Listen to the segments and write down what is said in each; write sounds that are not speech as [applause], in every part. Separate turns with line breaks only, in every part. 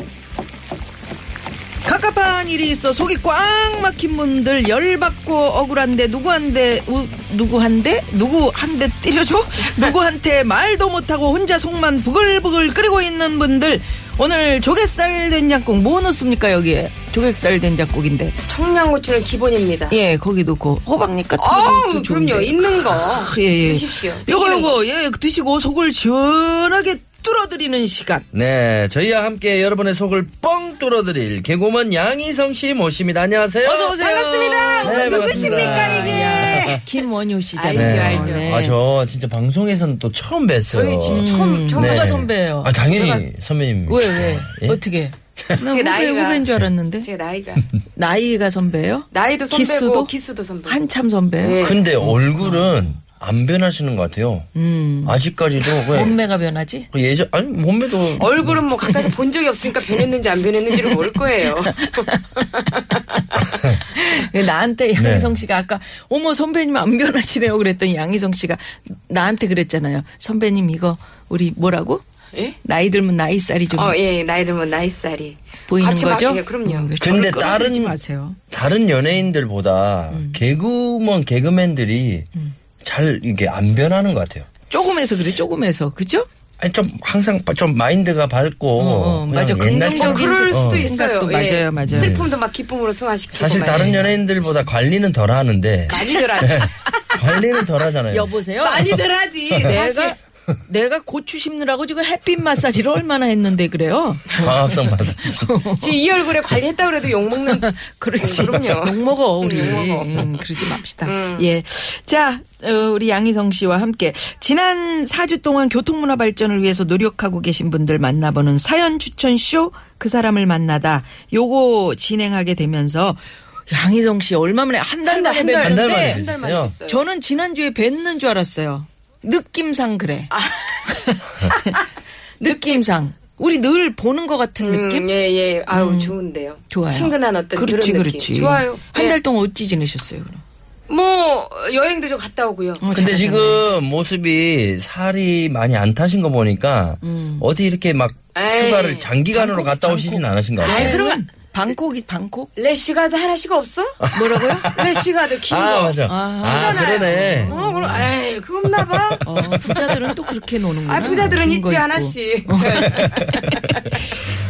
갑갑한 일이 있어 속이 꽉 막힌 분들 열받고 억울한데 누구한테 우, 누구한테 누구한테
[laughs]
때려줘 누구한테 말도 못하고 혼자 속만 부글부글 끓이고 있는 분들 오늘 조갯살 된장국 뭐 넣습니까 여기에 조갯살 된장국인데
청양고추는 기본입니다.
예 거기 넣고 호박잎 같은 거 넣고
어우,
좋은데.
그럼요. 있는 거.
예, 예.
드십시오.
요거,
튀기는
요거, 예, 드시고 속을 시원하게 뚫어드리는 시간.
네, 저희와 함께 여러분의 속을 뻥 뚫어드릴 개구먼 양희성 씨 모십니다. 안녕하세요.
어서오세요.
반갑습니다.
네,
누구십니까,
반갑습니다.
이게?
김원효 씨잖아요.
알죠, 알죠.
네.
아, 저 진짜 방송에선 또 처음 뵀어요.
저희 진짜 처음, 처음.
누가
네.
선배예요?
아, 당연히 선배님.
왜, 왜?
예?
어떻게? 나 후배,
나이가-
후배인 줄 알았는데.
제 나이가.
나이가 선배예요?
나이도 선배고,
기수도?
기수도, 선배.
한참 선배예요?
예.
근데 얼굴은 안 변하시는 것 같아요.
어. 음.
아직까지도 그냥 [laughs]
몸매가 변하지?
예전, 아니,
어,
몸매도.
얼굴은 뭐 가까이서 본 적이 없으니까 변했는지 안 변했는지를 모를
[laughs]
거예요.
나한테 양희성 씨가 아까 어머 선배님 안 변하시네요 그랬더니 양희성 씨가 나한테 그랬잖아요. 선배님 이거 우리 뭐라고?
예?
나이 들면 나이 살이 좀
어, 예, 나이 들면 나이 살이.
보이는
같이
거죠?
막, 예, 그럼요.
음,
근데
저를 끌어들이지
다른-
마세요. 음.
다른 연예인들보다 개그먼 개그맨들이 잘 이게 안 변하는 것 같아요.
조금해서 그래 조금해서 그죠?
아니 좀 항상 바- 좀 마인드가 밝고
어, 어,
그냥
맞아.
옛날처럼
긍정적인
그럴 수도
어.
있어요.
생각도
예.
맞아요, 맞아요.
슬픔도 막 기쁨으로 승화시키고.
사실
막
다른
예.
음.
연예인들보다 관리는 덜 하는데
[laughs]
많이들 하지.
[laughs] 관리는 덜 하잖아요.
여보세요.
많이들 하지.
[laughs] 내가
내가
내가 고추 심느라고 지금 햇빛 마사지를 얼마나 했는데 그래요?
광합성
[laughs] 어,
마사
지금 이 얼굴에 관리했다 그래도 욕먹는.
그렇지.
음, 그럼요.
욕 먹어 우리.
욕 먹어.
음, 그러지 맙시다. 예. 자, 어, 우리 양희성 씨와 함께 지난 4주 동안 교통문화 발전을 위해서 노력하고 계신 분들 만나보는 사연 추천 쇼 그 사람을 만나다 요거 진행하게 되면서 양희성 씨 얼마 만에 한 달 만에
한달
한달
뵀는데
만에
한 달 만에
됐어요.
했어요.
저는 지난주에 뵀는 줄 알았어요. 느낌상 그래.
아.
[laughs] 느낌상. 우리 늘 보는 것 같은 느낌? 음.
예, 예. 아우, 좋은데요.
좋아요.
친근한 어떤
그렇지,
그런 느낌.
그렇지.
좋아요.
한
예.
달 동안 어찌 지내셨어요, 그럼?
뭐, 여행도 좀 갔다 오고요.
어,
근데
잘하셨네.
지금 모습이 살이 많이 안 타신 거 보니까
음.
어디 이렇게 막
에이,
휴가를 장기간으로
방콕,
갔다 오시진
방콕.
않으신 것 같아요.
아이, 예, 그런
여행은 음, 방콕이, 방콕?
래시가드 하나씩 없어?
[laughs]
뭐라고요? 래시가드 긴 거.
[laughs] 아 맞아.
아, 음.
아 그러네.
어, 그럼, 에이, 그거 없나 봐.
[laughs] 어, 부자들은 또 그렇게 노는구나.
아, 부자들은
긴거
있지,
있고. 어,
하나씩.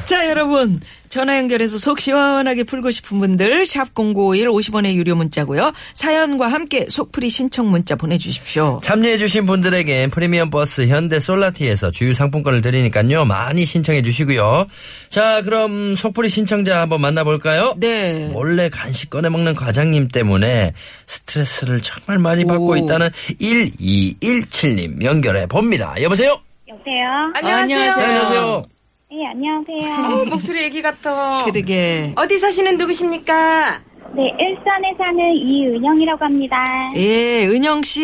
자, 여러분. 전화 연결해서 속 시원하게 풀고 싶은 분들, 샵0951 50원의 유료 문자고요. 사연과 함께 속풀이 신청 문자 보내주십시오.
참여해주신 분들에겐 프리미엄 버스 현대 솔라티에서 주유 상품권을 드리니까요. 많이 신청해주시고요. 자, 그럼 속풀이 신청자 한번 만나볼까요?
네.
몰래 간식 꺼내 먹는 과장님 때문에 스트레스를 정말 많이 받고
오.
있다는 1217님 연결해 봅니다. 여보세요?
여보세요?
[laughs] 안녕하세요.
네, 안녕하세요.
네,
어,
안녕하세요.
목소리 애기 같아.
그러게.
어디 사시는 누구십니까?
네, 일산에 사는 이은영이라고 합니다.
예, 은영 씨.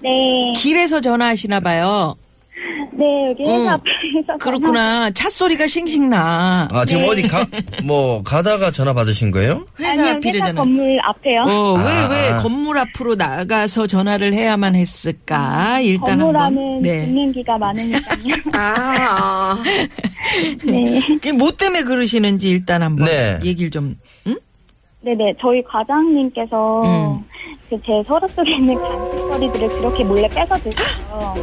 네,
길에서 전화하시나 봐요.
네, 여기
어,
회사 앞에서. [laughs]
그렇구나. 차 소리가 싱싱 나.
아, 지금 어디 가, 뭐, 가다가 전화 받으신 거예요?
전화-
회사
아니요, 회사
앞이래잖아.
건물 앞에요.
어, 왜,
아.
왜 건물 앞으로 나가서 전화를 해야만 했을까? 일단 한번.
건물하는
네.
듣는 기가
[laughs]
많으니까요.
아,
네.
그게 뭐 때문에 그러시는지 일단 한번
네.
얘기를 좀. 응?
네네, 저희 과장님께서
음.
그 제 서랍 속에 있는 간식거리들을 그렇게 몰래 뺏어 드세요.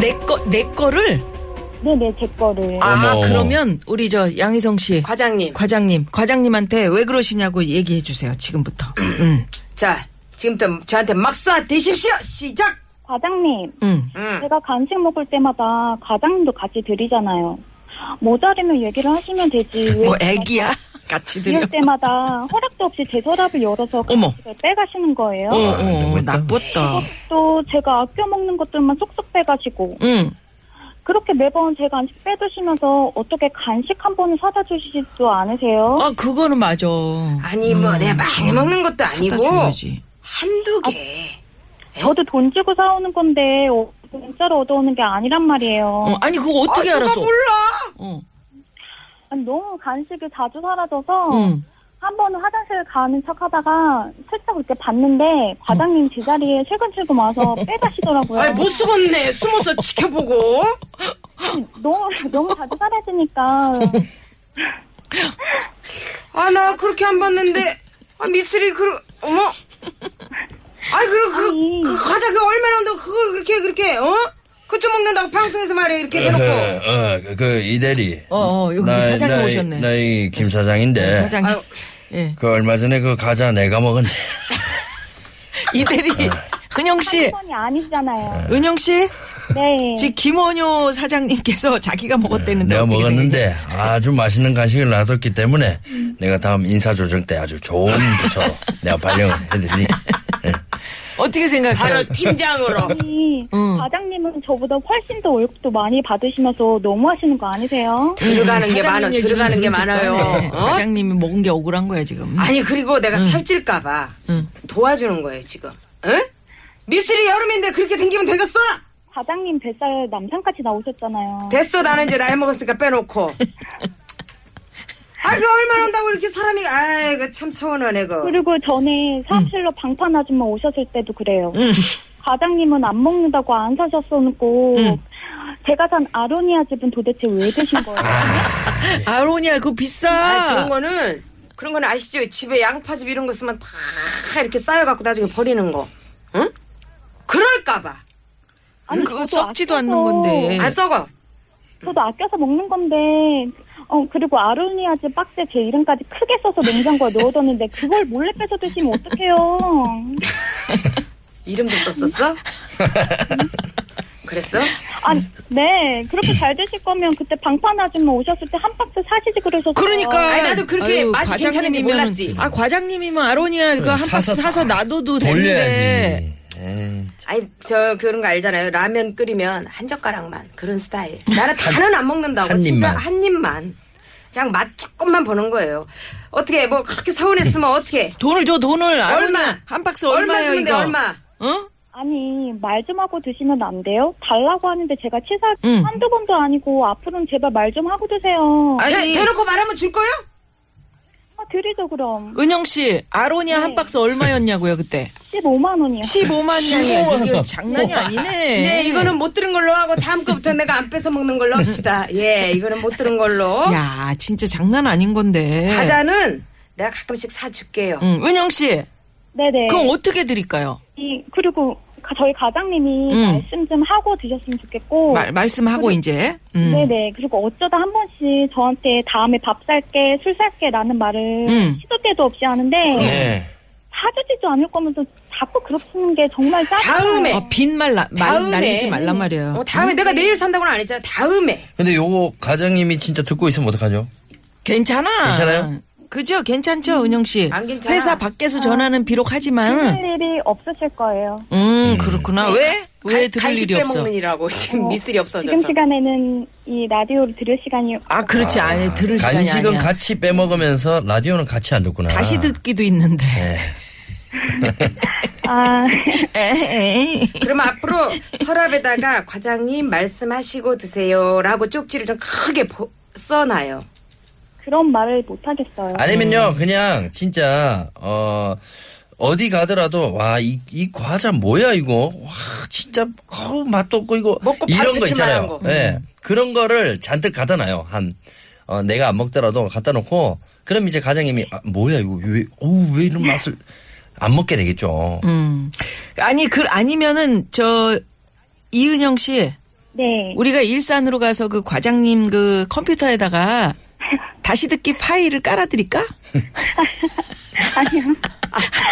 내 거, 내 거를?
[gasps] 네네, 제 거를.
아,
어머, 어머.
그러면 우리 저 양희성 씨
[laughs] 과장님.
과장님 과장님한테 왜 그러시냐고 얘기해 주세요 지금부터. 음,
자, 지금부터 저한테 막사 대십시오. 시작.
과장님,
음.
제가 간식 먹을 때마다 과장님도 같이 드리잖아요. 모자르면 얘기를 하시면 되지. 왜
뭐 애기야 [laughs] 같이 들려.
이럴 때마다 허락도 없이 제 서랍을 열어서
어머.
간식을 빼가시는 거예요.
어,
아,
어,
너무했다.
나빴다.
또 제가 아껴 먹는 것들만 쏙쏙 빼가시고
응.
그렇게 매번 제 간식 빼두시면서 어떻게 간식 한 번은 사다 주시지도 않으세요?
아 그거는 맞아. 음. 어,
아니 뭐 내가 많이 먹는 것도 아니고
줘야지.
한두 개.
저도 돈 주고 사오는 건데 어, 공짜로 얻어오는 게 아니란 말이에요.
어, 아니 그거 어떻게
아, 누가
알았어?
몰라.
어.
아니, 너무 간식이 자주
어.
사라져서
응.
한 번은 화장실 가는 척하다가 슬쩍 이렇게 봤는데 과장님
음.
제자리에 실근실근
[laughs]
와서 빼가시더라고요.
아니 못 쓰겠네. 숨어서 지켜보고.
너무 너무 자주 사라지니까
아 나 그렇게 안 봤는데. 아 미스리 그 어머. 아이 그럼 그,
아니.
그 과자 그 얼마나 한다고 그걸 그렇게 그렇게 어? 그좀 먹는다고 방송에서 말해 이렇게 대놓고.
어, 그 이대리.
네, 어, 어, 여기 사장님 오셨네. 네,
나이 김 사장인데.
사장님.
아유.
예.
그 얼마 전에 그 과자 내가 먹었네.
[laughs] 이대리
예.
은영 씨.
한번이 아니잖아요.
은영 씨,
네.
지금 김원효 사장님께서 자기가 먹었대는데
예, 내가
어떻게 생각해?
먹었는데 아주 맛있는 간식을 놔뒀기 때문에 내가 다음 인사조정 때 아주 좋은 부서로 내가 발령을 해드리니. 예.
어떻게 생각해요?
바로 팀장으로.
음,
아니, 과장님은 저보다 훨씬 더 월급도 많이 받으시면서 너무 하시는 거 아니세요?
들어가는 게
사장님
많아.
얘기는
들어가는 게
들은 척도
많아요.
하네.
어?
과장님이 음. 먹은 게 억울한 거야 지금.
아니 그리고 내가 살찔까봐
응.
도와주는 거예요 지금. 응? 미스리 여름인데 그렇게 댕기면 되겠어?
과장님 뱃살 남산까지 나오셨잖아요.
됐어 나는 이제 나이 먹었으니까 빼놓고. 아그 얼마나 한다고 이렇게 사람이 아이고 참 서운하네 그.
그리고
음.
전에 사무실로 방판 아줌마 오셨을 때도 그래요. 과장님은 안 먹는다고 안 사셨었고
음.
제가 산 아로니아 즙은 도대체 왜 드신
아,
거예요?
아로니아 그거
아
비싸.
그런 거는 그런 건 아시죠? 집에 양파즙 이런 거 쓰면 다 이렇게 쌓여갖고 나중에 버리는 거. 응? 그럴까봐
아니,
그거
저도
썩지도
아껴서-
않는 건데.
안 썩어.
저도 아껴서 먹는 건데 어 그리고 아로니아 즙 박스에 제 이름까지 크게 써서 냉장고에 넣어뒀는데 그걸 몰래 뺏어 드시면 어떡해요?
이름도 썼었어? 그랬어?
아니 네 그렇게 잘 드실 거면 그때 방판 아줌마 오셨을 때 한 박스 사시지 그러셨어요.
그러니까.
아니, 나도 그렇게 맛이 괜찮은지
과장님이면은-
몰랐지.
아 과장님이면 아로니아 그거 한 박스
예, 사서
사서 놔둬도 되는데.
돌려야지. 에이,
아니 저 그런 거 알잖아요. 라면 끓이면 한 젓가락만 그런 스타일. 나는 다는 안 먹는다고
한
진짜
입만.
한 입만. 그냥 맛 조금만 보는 거예요. 어떻게 뭐 그렇게
음.
서운했으면 어떻게?
돈을 줘 돈을 아로니아
얼마?
한 박스
얼마
얼마예요
주면 돼
이거?
얼마?
어?
아니 말 좀 하고 드시면 안 돼요? 달라고 하는데 제가 치사
응.
한두 번도 아니고 앞으로는 제발 말 좀 하고 드세요.
아니
대, 대놓고 말하면 줄 거요?
아, 드리죠 그럼
은영 씨 아로니아
네.
한 박스 얼마였냐고요 그때?
15만 원이요.
15만 양이야. 이거 장난이 아니네.
네, 이거는 못 들은 걸로 하고 다음 거부터 내가 안 뺏어 먹는 걸로
[laughs]
합시다. 예, 이거는 못 들은 걸로.
야 네. 진짜 장난 아닌 건데.
과자는 내가 가끔씩 사줄게요.
응, 은영 씨,
네네.
그럼 어떻게 드릴까요?
이- 그리고 가- 저희 과장님이
음.
말씀 좀 하고 드셨으면 좋겠고.
말, 말씀하고 이제. 음.
네. 네네. 그리고 어쩌다 한 번씩 저한테 다음에 밥 살게, 술 살게 라는 말을
음.
시도 때도 없이 하는데
네.
사주지도 않을 거면서 자꾸 그렇게 게 정말 짜증나요.
다음에.
어, 빈말 나- 말 날리지 말란 말이에요.
어, 다음에 내가 내일 산다고는 안 했잖아. 다음에.
근데 요거 과장님이 진짜 듣고 있으면 어떡하죠?
괜찮아.
괜찮아요?
그죠? 괜찮죠, 은영 씨?
안 괜찮아.
회사 밖에서 전화는 비록 하지만.
드실 일이 없으실 거예요.
음, 그렇구나. 왜? 왜
간-
들을
간식
일이 없어?
빼먹는 일이라고 지금 미스리
지금
없어져서.
시간에는 이 라디오를 들을 시간이
아, 그렇지. 아니, 들을 시간이
간식은
아니야.
같이 빼먹으면서 라디오는 같이 안 듣구나.
다시 듣기도 있는데.
아 [laughs]
네.
[laughs] 에헤이.
그러면 앞으로 서랍에다가 과장님 말씀하시고 드세요라고 쪽지를 좀 크게 보- 써놔요.
그런 말을 못 하겠어요.
아니면요,
네.
그냥 진짜 어 어디 가더라도 와 이 이 과자 뭐야 이거 와 진짜 어우 맛도 없고 이거
먹고 밥
이런 거
뱉을
있잖아요.
만한 거.
예.
음.
그런 거를 잔뜩 갖다 놔요. 한 어, 내가 안 먹더라도 갖다 놓고 그럼 이제 과장님이 아, 뭐야 이거 왜 어우 왜 이런 맛을 안 먹게 되겠죠.
음. 아니, 그, 아니면은, 저, 이은영 씨.
네.
우리가 일산으로 가서 그 과장님 그 컴퓨터에다가 다시 듣기 파일을 깔아드릴까?
[laughs] 아니요.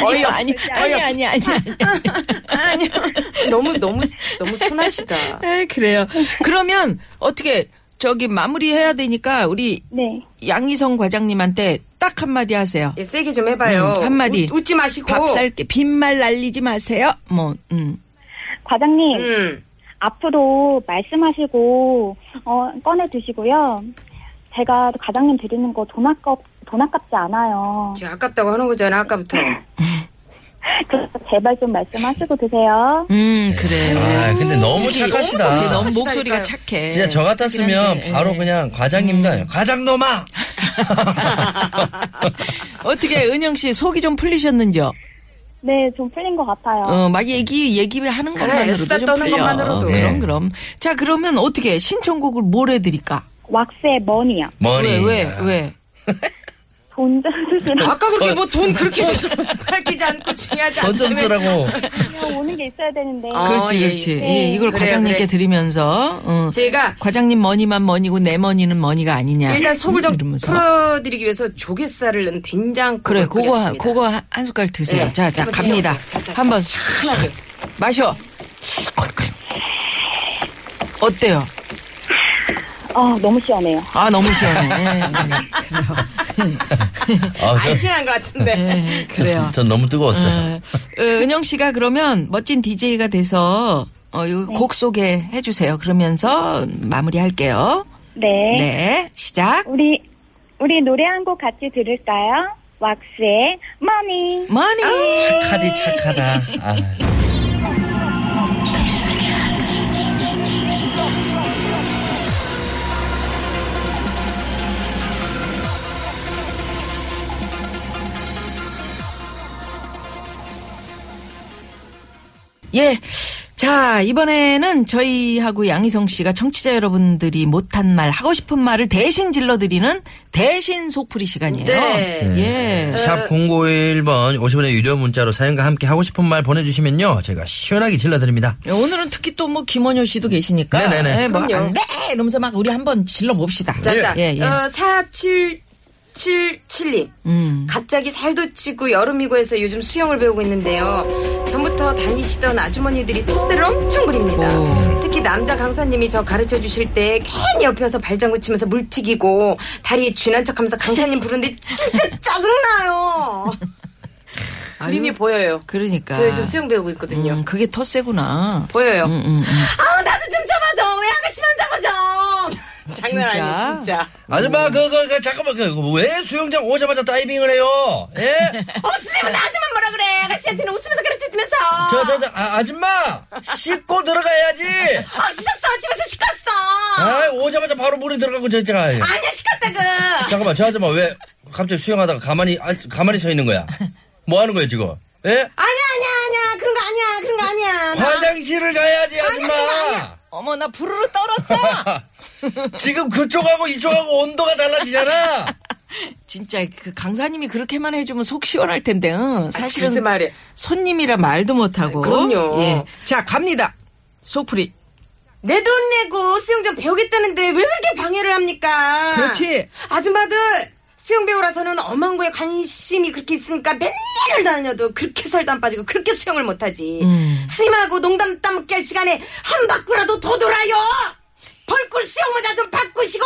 아니, 아니, 아니, 아니, 아니, 아니.
아니요. 너무 너무 너무 순하시다.
에이, 그래요. 그러면 어떻게 저기 마무리해야 되니까 우리
네.
양희성 과장님한테 딱 한마디 하세요.
예, 세게 좀 해봐요.
음, 한마디.
웃, 지 마시고.
밥 살게 빈말 날리지 마세요. 뭐, 음.
과장님,
음.
앞으로 말씀하시고, 어, 꺼내 드시고요. 제가 과장님 드리는 거 돈 아깝, 돈 아깝지 않아요.
저 아깝다고 하는 거잖아 아까부터.
음.
그래서 제발 좀 말씀하시고 드세요.
음, 그래요.
아, 근데 너무
우리
착하시다.
어머니, 너무
착하시다니까요.
목소리가 착해.
진짜 저 같았으면
착하긴 한데,
바로
예.
그냥 과장님도 아니에요. 과장놈아!
[laughs] 어떻게 은영 씨 속이 좀 풀리셨는지요?
네, 좀 풀린 것 같아요.
어, 막 얘기 얘기하는
그래,
것만으로도
수다
좀
떠는
풀려. 어,
것만으로도.
그럼
예.
그럼. 자 그러면 어떻게 신청곡을 뭘 해드릴까?
왁스의 머니요.
머리.
왜 왜 왜?
돈 좀 [laughs] 주시면
아까 그렇게 뭐 돈 그렇게
음.
밝히지 않고 중요하지 않다면.
돈좀 쓰라고.
오는 게 있어야 되는데.
아.
그렇지
예,
그렇지.
예.
예, 이걸
그래요,
과장님께
그래.
드리면서 어.
제가
과장님 머니만 머니고 내 머니는 머니가 아니냐.
일단 속을 좀
이러면서.
풀어드리기 위해서 조갯살을 넣은 된장.
그래 그거 한- 그거 한- 한 숟갈 드세요.
예.
자 자
한번
갑니다.
드셔보세요. 자, 자.
한번 샥 마셔. 어때요?
아, 너무 시원해요.
아 너무 시원해. 예, 예.
아, 저,
안심한 것 같은데. [laughs]
예,
저,
그래요.
전, 너무 뜨거웠어요.
어, 어, 은영 씨가 그러면 멋진 DJ가 돼서 어, 이거 곡 소개 해주세요. 그러면서 마무리할게요.
네. 아,
네, 시작.
우리, 우리 노래 한 곡 같이 들을까요? 왁스의 머니.
머니. 네.
카디 착하다.
[laughs]
아,
예. 자, 이번에는 저희하고 양희성 씨가 청취자 여러분들이 못한 말, 하고 싶은 말을 대신 질러드리는 대신 소풀이 시간이에요.
네.
예.
샵 051번 50원의 유료 문자로 사연과 함께 하고 싶은 말 보내주시면요. 제가 시원하게 질러드립니다.
예, 오늘은 특히 또 뭐 김원효 씨도 계시니까.
네네네.
예, 뭐,
그럼요.
안 돼! 이러면서 막 우리 한번 질러봅시다.
자, 자,
예, 예.
어, 4777님.
음.
갑자기 살도 찌고 여름이고 해서 요즘 수영을 배우고 있는데요. 전부터 다니시던 아주머니들이 토스를 엄청 그립니다.
오.
특히 남자 강사님이 저 가르쳐 주실 때 괜히 옆에서 발장구 치면서 물 튀기고 다리에 쥐난 척 하면서 강사님 부르는데
[laughs]
진짜 짜증나요. 그림이 보여요.
그러니까.
저 요즘 수영 배우고 있거든요.
음, 그게 터세구나.
보여요.
음, 음, 음.
아우 나도 좀 잡아줘. 왜 아가씨만 잡아줘. 장난 아니에요
진짜?
진짜.
아줌마, 그, 그, 그, 잠깐만, 그, 그왜 수영장 오자마자 다이빙을 해요? [laughs] 예?
어 선생님 나한테만 뭐라 그래. 아가씨한테는 웃으면서 가르쳐주면서.
저, 저, 저, 아, 아줌마! 씻고 들어가야지!
아 씻었어 집에서 씻었어.
아 오자마자 바로 물에 들어가고, 저, 제가.
아니야 시켰다고.
잠깐만, 저 아줌마 왜 갑자기 수영하다가 가만히, 아, 가만히 서 있는 거야? 뭐 하는 거야, 지금? 예?
아니야 아니야 아니야 그런 거 아니야 그런 거 아니야. 나-
화장실을 가야지, 아줌마!
어머, 나 부르르 떨었어! [laughs]
지금 그쪽하고 이쪽하고 온도가 달라지잖아!
진짜 그 강사님이 그렇게만 해주면 속 시원할 텐데, 응. 사실은
아, 글쎄 말이야.
손님이라 말도 못하고.
그럼요.
예. 자, 갑니다. 소프리.
내 돈 내고 수영 좀 배우겠다는데 왜 그렇게 방해를 합니까?
그렇지.
아줌마들 수영 배우라서는 엄한 거에 관심이 그렇게 있으니까 맨날 다녀도 그렇게 살도 안 빠지고 그렇게 수영을 못하지.
음.
스님하고 농담 따먹기 할 시간에 한 바퀴라도 더 돌아요. 벌꿀 수영 모자
[laughs]
좀 바꾸시고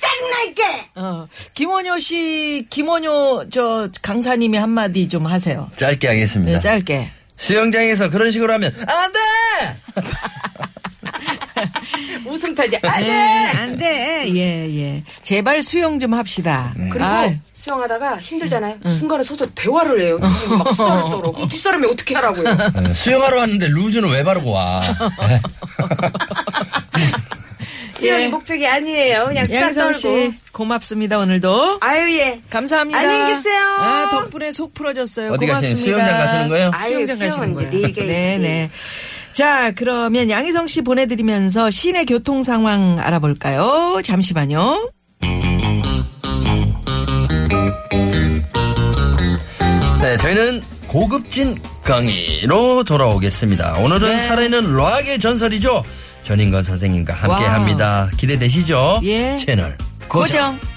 짜증나 있게.
어, 김원효 씨, 김원효 저 강사님이 한마디 좀 하세요.
[laughs] 네, 짧게 하겠습니다.
예, 짧게.
수영장에서 그런 식으로 하면, 아, 안 돼!
웃음 타지.
예,
네, 안돼.
안 돼. 예, 예. 제발 수영 좀 합시다.
음.
그리고
아유. 음.
수영하다가 힘들잖아요. 중간에 서서 대화를 해요.
어.
둘이 막 수다를 떨어. 그럼 뒷사람이 어떻게 하라고요?
예, 수영하러 왔는데 루즈는 왜 바르고 와? 예.
수영이
예.
목적이 아니에요. 그냥 수다
양희성 씨,
떨고.
고맙습니다, 오늘도.
아유 예.
감사합니다.
안녕히 계세요.
아, 덕분에 속 풀어졌어요.
어디 가시는-
고맙습니다.
수영장 가시는 거예요?
아유,
수영장
수영은
가시는
이제
거예요.
내일 가야지.
네네. 자, 그러면 양희성 씨 보내드리면서 시내 교통 상황 알아볼까요? 잠시만요.
[laughs] 네, 저희는 고급진 강의로 돌아오겠습니다. 오늘은
네.
살아있는 락의 전설이죠. 전인건 선생님과 함께
와우.
합니다. 기대되시죠?
예.
채널 고정.
고정.